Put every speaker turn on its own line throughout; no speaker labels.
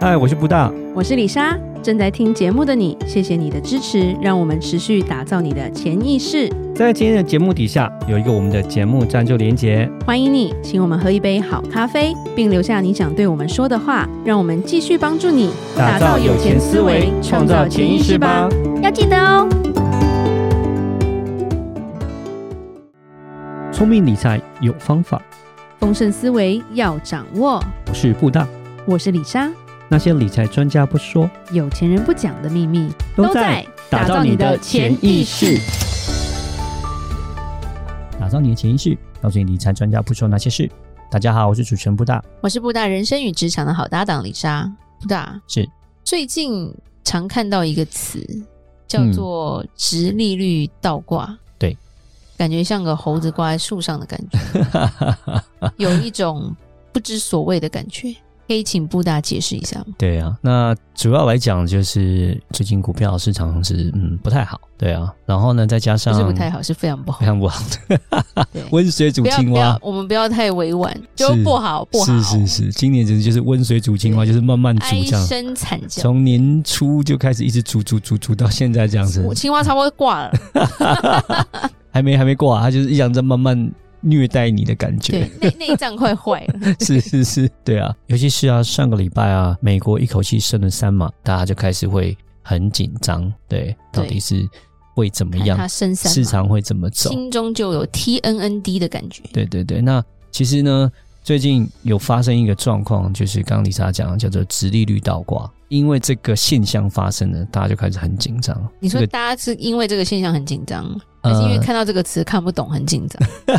嗨，哎我是布大，
我是李莎，正在听节目的你，谢谢你的支持，让我们持续打造你的潜意识。
在今天的节目底下有一个我们的节目赞助连结，
欢迎你，请我们喝一杯好咖啡，并留下你想对我们说的话，让我们继续帮助你
打造有钱思维，创造潜意识吧。。
要记得哦。
聪明理财有方法，
丰盛思维要掌握。
我是布大。
我是李莎，
那些理财专家不说，
有钱人不讲的秘密
打造你的潜意识。打造你的潜意识，告诉你理财专家不说那些事。大家好，我是主持人布大，
我是布大人生与职场的好搭档李莎。布大
是
最近常看到一个词叫
嗯
做“直利率倒挂”，
对，
感觉像个猴子挂在树上的感觉， 有一种不知所谓的感觉。可以请布大解释一下吗？
对啊，那主要来讲就是最近股票市场是嗯不太好，对啊，然后呢再加
不
上
是不太好，是非常不好
非。常不 好，
对，
温水煮
不要
青
不
蛙
要，，我们不要太委婉，就是不好不好，
是是是，今年真的就是温水煮青蛙，就是慢慢煮
唉
这样，
声惨叫。
从年初就开始一直煮煮煮煮到现在这样子
我，青蛙差不多挂 了，
还没还没过啊，它就是一样在慢慢虐待你的感觉
对。，内内脏快坏了。
是是是，对啊，尤其是啊，上个礼拜啊，美国一口气升了三嘛，大家就开始会很紧张，对，到底是会怎么
看
样
它，身散
市
嘛
场会怎么走？
心中就有 T N N D 的感觉。
对对对，那其实呢，最近有发生一个状况，就是刚刚丽莎讲的叫做直利率倒挂，因为这个现象发生了，大家就开始很紧张。
你说
这个
大家是因为这个现象很紧张，还是因为看到这个词看不懂很紧张？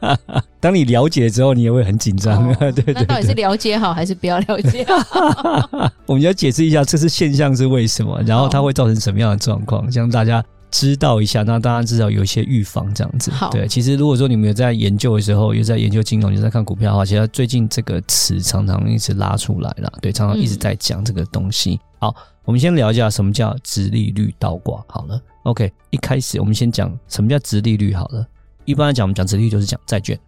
呃，当你了解之后，你也会很紧张。
哦
对对
那
对
到底是了解好还是不要了解好？
我们要解释一下这次现象是为什么，然后它会造成什么样的状况，让大家知道一下。那大家至少有一些预防，这样子
好。
对，其实如果说你们有在研究的时候，有在研究金融，有在看股票的话，其实它最近这个词常常一直拉出来了，对，常常一直在讲这个东西。好，我们先聊一下什么叫直利率倒挂。好了，OK，一开始我们先讲什么叫直利率。好了，一般来讲，我们讲直利率就是讲债券。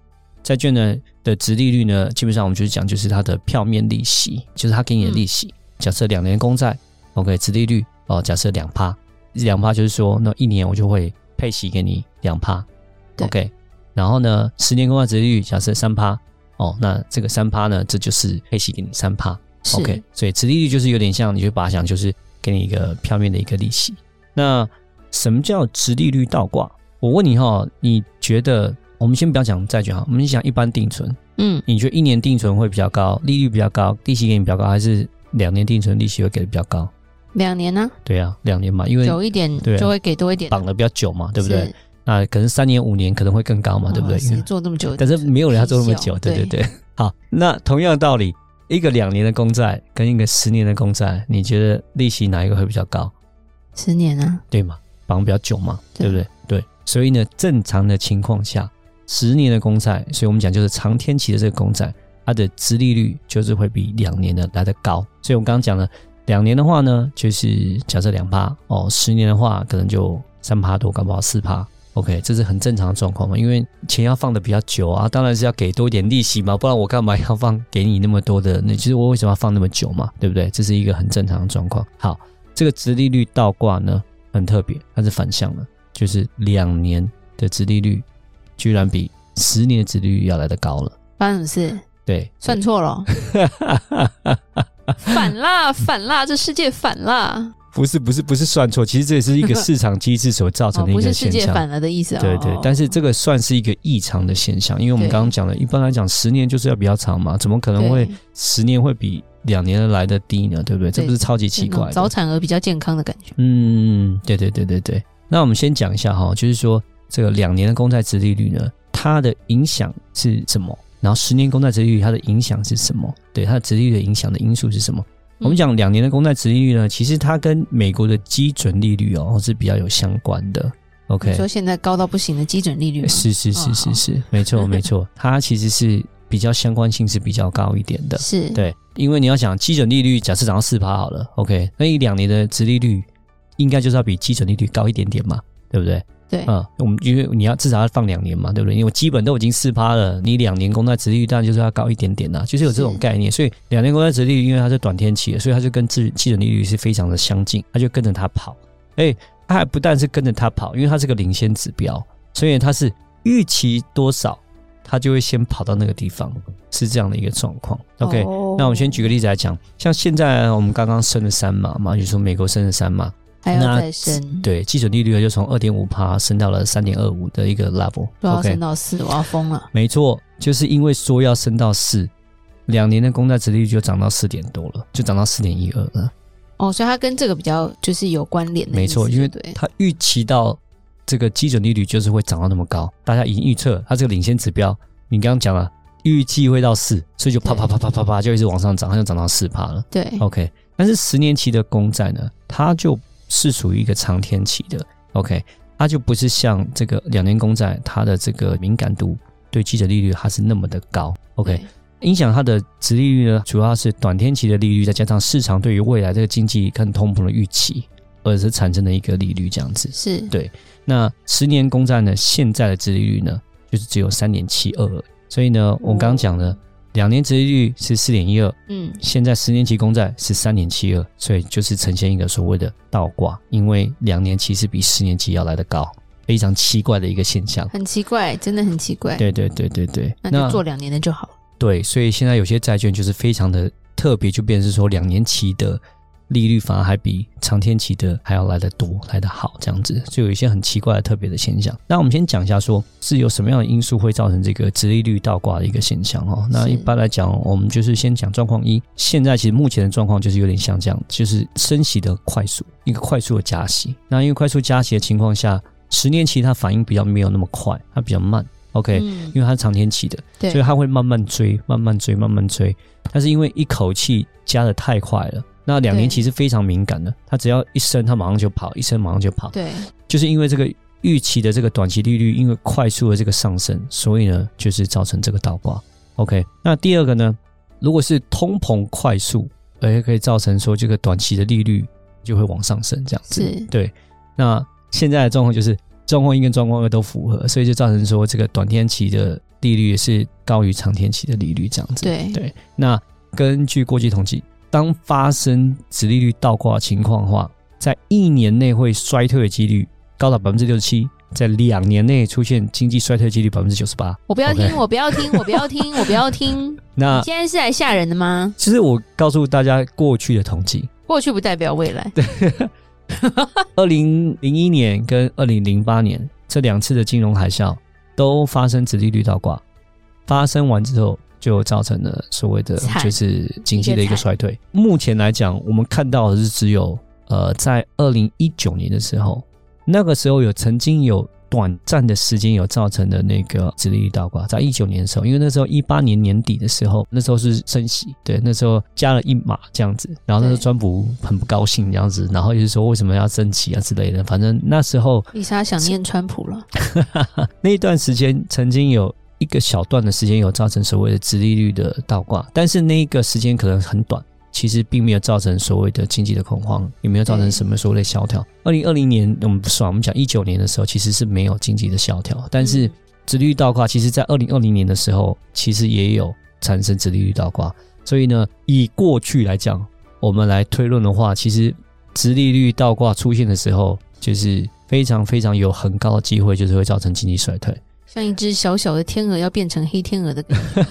债券呢的值利率呢，基本上我们就是讲就是它的票面利息，就是它给你的利息。假设两年公债，OK，值利率哦，假设两趴，两趴就是说，那一年我就会配息给你两趴
对
，OK。然后呢，十年公债值利率假设三趴，哦，那这个三趴呢，这就是配息给你三趴
是
，OK。所以值利率就是有点像，你就把它想就是给你一个票面的一个利息。那什么叫直利率倒挂？我问你哈，你觉得我们先不要讲债券哈，我们先讲一般定存，
嗯，
你觉得一年定存会比较高，利率比较高，利息给你比较高，还是两年定存利息会给的比较高？
两年呢、
对啊，两年嘛，因为
久一点
对啊
就会给多一点，
绑的比较久嘛，对不对
是？？
那可能三年五年可能会更高嘛，对不对？
哦
因为
谁做那么久？
但是没有人要做那么
屁
久，
效
对对对。好，那同样的道理，一个两年的公债跟一个十年的公债，你觉得利息哪一个会比较高？
十年啊，
对嘛，绑比较久嘛，对
对
不对？对，所以呢，正常的情况下，十年的公债，所以我们讲就是长天期的这个公债，它的殖利率就是会比两年的来得高。所以我们刚刚讲了，两年的话呢，就是假设两趴哦，十年的话可能就三趴多，搞不好四趴。OK，这是很正常的状况嘛，因为钱要放的比较久啊，当然是要给多一点利息嘛，不然我干嘛要放给你那么多的？那其实我为什么要放那么久嘛，对不对？这是一个很正常的状况。好，这个殖利率倒挂呢，很特别，它是反向的，就是两年的殖利率居然比十年的殖利率要来得高了。
发生什么事？
对，
算错了哦，反啦反啦，这世界反啦，
不是不是不是算错，其实这也是一个市场机制所造
哦
成，的一
不
个
是世
现
界
象。
反了的意思啊、哦。
对对，但是这个算是一个异常的现象，因为我们
对
刚刚讲了，一般来讲十年就是要比较长嘛，怎么可能会
对
十年会比两年的来的低呢？对不对？这不是超级奇
那种
怪的
早。产儿比较健康的感觉。
嗯，对对对对对。那我们先讲一下哈，就是说这个两年的公债殖利率呢，它的影响是什么？然后十年公债殖利率它的影响是什么？对它的殖利率的影响的因素是什么？我们
嗯
讲两年的公债殖利率呢，其实它跟美国的基准利率哦是比较有相关的。OK，
你说现在高到不行的基准利率吗，
是是是
哦
是
好
是，没错没错，它其实是比较相关性是比较高一点的。
是，
对，因为你要想基准利率，假设涨到四趴好了，OK，那一两年的殖利率应该就是要比基准利率高一点点嘛，对不对？
对，
啊、我们因为你要至少要放两年嘛，对不对？因为我基本都已经四趴了，你两年公债殖利率当然就是要高一点点啦，就是有这种
是
概念。所以两年公债殖利率，因为它是短天期的，所以它就跟基基准利率是非常的相近，它就跟着它跑。哎，它还不但是跟着它跑，因为它是个领先指标，所以它是预期多少，它就会先跑到那个地方，是这样的一个状况。OK，、
哦
那我们先举个例子来讲，像现在我们刚刚升了三码嘛，也就是说美国升了三码，
还要
那
再升，，
对，基准利率就从二点五帕升到了三点二五的一个 level。
都要啊升
OK，
到四，我要疯了。
没错，就是因为说要升到四，两年的公债殖利率就涨到四点多了，就涨到四点一二了。
哦，所以它跟这个比较就是有关联的
没
意思，
错，因为
对不对
它预期到这个基准利率就是会涨到那么高，大家已经预测它这个领先指标，你刚刚讲了预计会到四，所以就啪
对
啪啪啪啪啪就一直往上涨，它就涨到四帕了。
对
OK，但是十年期的公债呢，它就是属于一个长天期的，OK，它就不是像这个两年公债，它的这个敏感度对基准利率它是那么的高，OK，
对
影响它的值利率呢，主要是短天期的利率，再加上市场对于未来这个经济跟通膨的预期，而是产生的一个利率这样子。
是，
对那十年公债呢，现在的殖利率呢，就是只有三点七二，所以呢，我们刚刚讲的两年殖利率是四点一二，
嗯，
现在十年期公债是三点七二，所以就是呈现一个所谓的倒挂，因为两年期是比十年期要来的高，非常奇怪的一个现象。
很奇怪，真的很奇怪。
对对对对对，
那就做两年的就好了。
对，所以现在有些债券就是非常的特别，就变成是说两年期的利率反而还比长天期的还要来得多，来得好这样子，就有一些很奇怪的特别的现象。那我们先讲一下说，是有什么样的因素会造成这个直利率倒挂的一个现象哦。那
是
一般来讲，我们就是先讲状况一，现在其实目前的状况就是有点像这样，就是升息的快速，一个快速的加息。那因为快速加息的情况下，十年期它反应比较没有那么快，它比较慢。OK，、
嗯，
因为它是长天期的，
对
所以它会慢慢追，慢慢追，慢慢追。但是因为一口气加的太快了，那两年
对
期是非常敏感的，它只要一升，它马上就跑，一升马上就跑。
对，
就是因为这个预期的这个短期利率，因为快速的这个上升，所以呢，就是造成这个倒挂。OK，那第二个呢，如果是通膨快速，而可以造成说这个短期的利率就会往上升，这样子。
是
对，那现在的状况就是状况一跟状况二都符合，所以就造成说这个短天期的利率是高于长天期的利率这样子。
对
对，那根据国际统计，当发生殖利率倒挂的情况的话，在一年内会衰退的几率高达百分之六十七，在两年内出现经济衰退的几率百分之九十八。
我不要
OK 啊
听，我不要听，我不要听，我不要听。
那
你现在是来吓人的吗？
其实我告诉大家过去的统计，
过去不代表未来。对，
二零零一年跟二零零八年这两次的金融海啸都发生殖利率倒挂，发生完之后就造成了所谓的
惨
就是经济的一
一
个
个
衰退。目前来讲，我们看到的是只有呃，在二零一九年的时候，那个时候有曾经有。短暂的时间有造成的那个殖利率倒挂，在一九年的时候，因为那时候一八年年底的时候，那时候是升息，对，那时候加了一码这样子，然后那时候
对
川普很不高兴这样子，然后也是说为什么要升息啊之类的，反正那时候
丽莎想念川普了。
那一段时间曾经有一个小段的时间有造成所谓的殖利率的倒挂，但是那一个时间可能很短，其实并没有造成所谓的经济的恐慌，也没有造成什么所谓的萧条。二零二零年我们不算，我们讲一九年的时候其实是没有经济的萧条，但是
嗯
殖利率倒挂，其实在二零二零年的时候其实也有产生殖利率倒挂，所以呢，以过去来讲，我们来推论的话，其实直利率倒挂出现的时候，就是非常非常有很高的机会，就是会造成经济衰退。
像一只小小的天鹅要变成黑天鹅的感觉，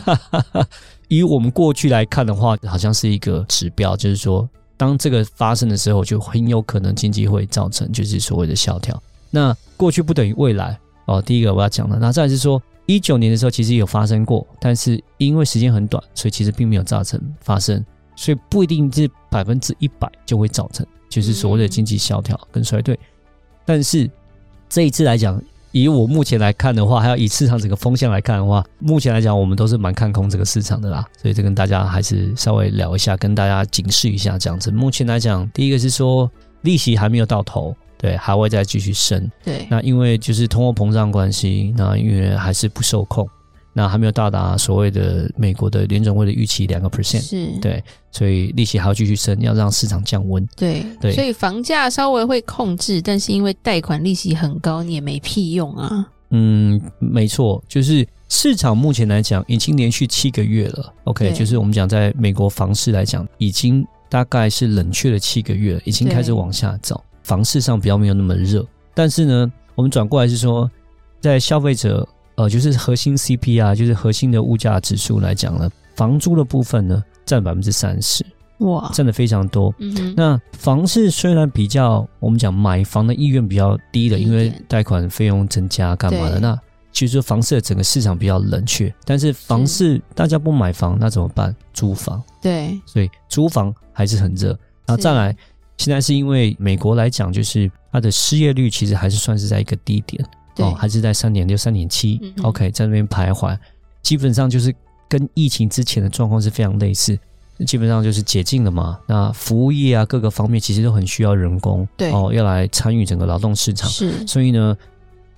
以我们过去来看的话，好像是一个指标，就是说，当这个发生的时候，就很有可能经济会造成就是所谓的萧条。那过去不等于未来哦。第一个我要讲的，那再来是说，一九年的时候其实有发生过，但是因为时间很短，所以其实并没有造成发生，所以不一定是百分之一百就会造成，就是所谓的经济萧条跟衰退。但是这一次来讲，以我目前来看的话，还有以市场整个风向来看的话，目前来讲我们都是蛮看空这个市场的啦，所以这跟大家还是稍微聊一下，跟大家警示一下这样子。目前来讲，第一个是说利息还没有到头，对，还会再继续升。
对，
那因为就是通货膨胀关系，那因为还是不受控，那还没有到达所谓的美国的联总会的预期两个 percent，
是，
对，所以利息还要继续升，要让市场降温。
对
对
所以房价稍微会控制，但是因为贷款利息很高，你也没屁用啊。
嗯，没错，就是市场目前来讲已经连续七个月了。OK，
对
就是我们讲在美国房市来讲，已经大概是冷却了七个月了，已经
对
开始往下走。房市上比较没有那么热，但是呢，我们转过来是说，在消费者呃，就是核心 CP 啊，就是核心的物价指数来讲呢，房租的部分呢占百分之三十，
哇，
占的非常多。
嗯哼，
那房市虽然比较，我们讲买房的意愿比较低的，
低一
因
点
为贷款费用增加干嘛的？
对
那其实房市的整个市场比较冷却，但是房市大家不买房，那怎么办？租房，
对，
所以租房还是很热。然后再来，现在是因为美国来讲，就是它的失业率其实还是算是在一个低点
对，
哦还是在三点六、三点七
嗯哼
，OK，在那边徘徊，基本上就是跟疫情之前的状况是非常类似。基本上就是解禁了嘛，那服务业啊各个方面其实都很需要人工，
对
哦，要来参与整个劳动市场，
是，
所以呢，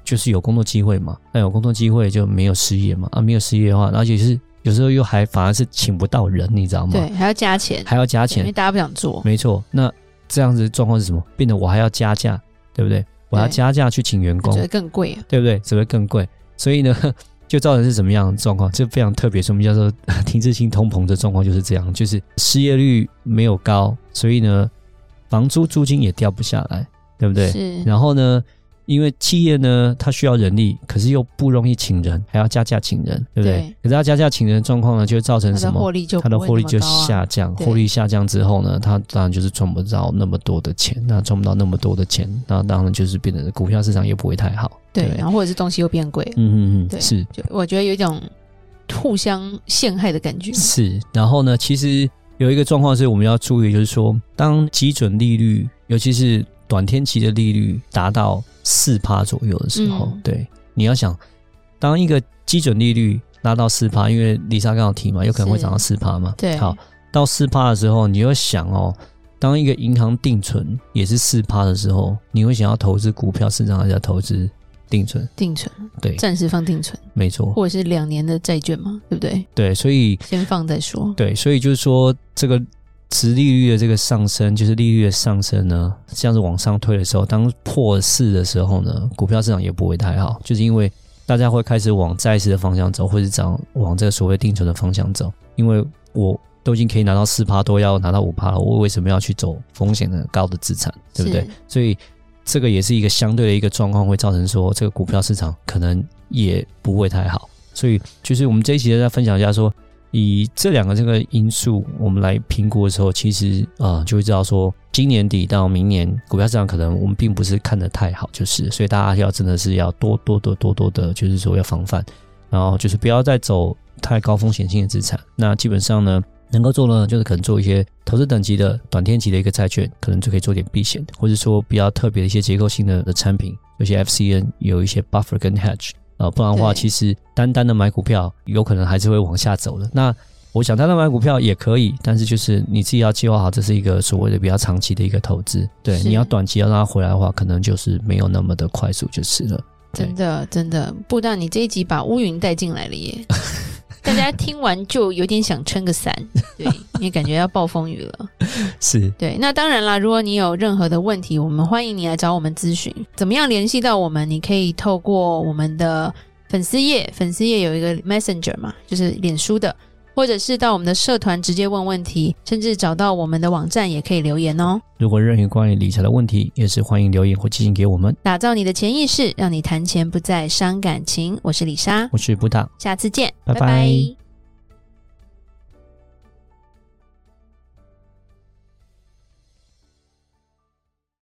就是有工作机会嘛，那有工作机会就没有失业嘛，啊，没有失业的话，而且是有时候又还反而是请不到人，你知道吗？
对，还要加钱，
还要加
因为
钱，
大家不想做，
没错。那这样子的状况是什么？变得我还要加价，对不对？我要
对
加价去请员工
觉，得更贵啊。
对不对？只会更贵。所以呢， 就造成是怎么样的状况？这非常特别，所以我们叫做 停滞性通膨的状况就是这样，就是失业率没有高，所以呢，房租租金也掉不下来，对不对？
是，
然后呢，因为企业呢，它需要人力，可是又不容易请人，还要加价请人，对不对？
对
可是要加价请人的状况呢，就会造成
它
什
的
么？
获利就
它的
不会
获利
那么
就
高啊
下降，
对
获利下降之后呢，它当然就是赚不到那么多的钱，那赚不到那么多的钱，那当然就是变得股票市场也不会太好。
对，
不
然后或者是东西又变贵，
嗯嗯嗯，
对
是
就我觉得有一种互相陷害的感觉。
是。然后呢，其实有一个状况是我们要注意，就是说，当基准利率，尤其是短天期的利率达到四趴左右的时候，
嗯
对，你要想，当一个基准利率拉到四趴，因为丽莎刚好提嘛，有可能会涨到四趴嘛，
对，
好，到四趴的时候，你就想哦，当一个银行定存也是四趴的时候，你会想要投资股票市场还是要投资定存？
定存，
对
暂时放定存，
没错，
或者是两年的债券嘛，对不对？
对，所以
先放再说。
对，所以就是说，这个值利率的这个上升，就是利率的上升呢，这样子往上推的时候，当破四的时候呢，股票市场也不会太好，就是因为大家会开始往债市的方向走，或是涨往这个所谓定存的方向走，因为我都已经可以拿到四趴多，要拿到五趴了，我为什么要去走风险的高的资产，对不对
是？
所以这个也是一个相对的一个状况，会造成说这个股票市场可能也不会太好。所以就是我们这一期再分享一下说，以这两个这个因素我们来评估的时候，其实啊、呃就会知道说今年底到明年股票市场可能我们并不是看得太好，就是所以大家要真的是要多多多多多的，就是说要防范，然后就是不要再走太高风险性的资产。那基本上呢，能够做呢，就是可能做一些投资等级的短天期的一个债券，可能就可以做点避险，或者说比较特别的一些结构性的的产品，有些 FCN 有一些 buffer 跟 hedge 啊、不然的话，
对
其实单单的买股票有可能还是会往下走的。那我想单单买股票也可以，但是就是你自己要计划好，这是一个所谓的比较长期的一个投资。对，
是
你要短期要让它回来的话，可能就是没有那么的快速就是了。对
真的，真的，布大，你这一集把乌云带进来 了耶！大家听完就有点想撑个伞，对，因为感觉要暴风雨了。
是，
对，那当然啦，如果你有任何的问题，我们欢迎你来找我们咨询。怎么样联系到我们？你可以透过我们的粉丝页，粉丝页有一个 Messenger 嘛，就是脸书的，或者是到我们的社团直接问问题，甚至找到我们的网站也可以留言哦。
如果任何关于理财的问题，也是欢迎留言或寄信给我们。
打造你的潜意识，让你谈钱不再伤感情。我是李莎，
我是布达，
下次见，
拜拜
拜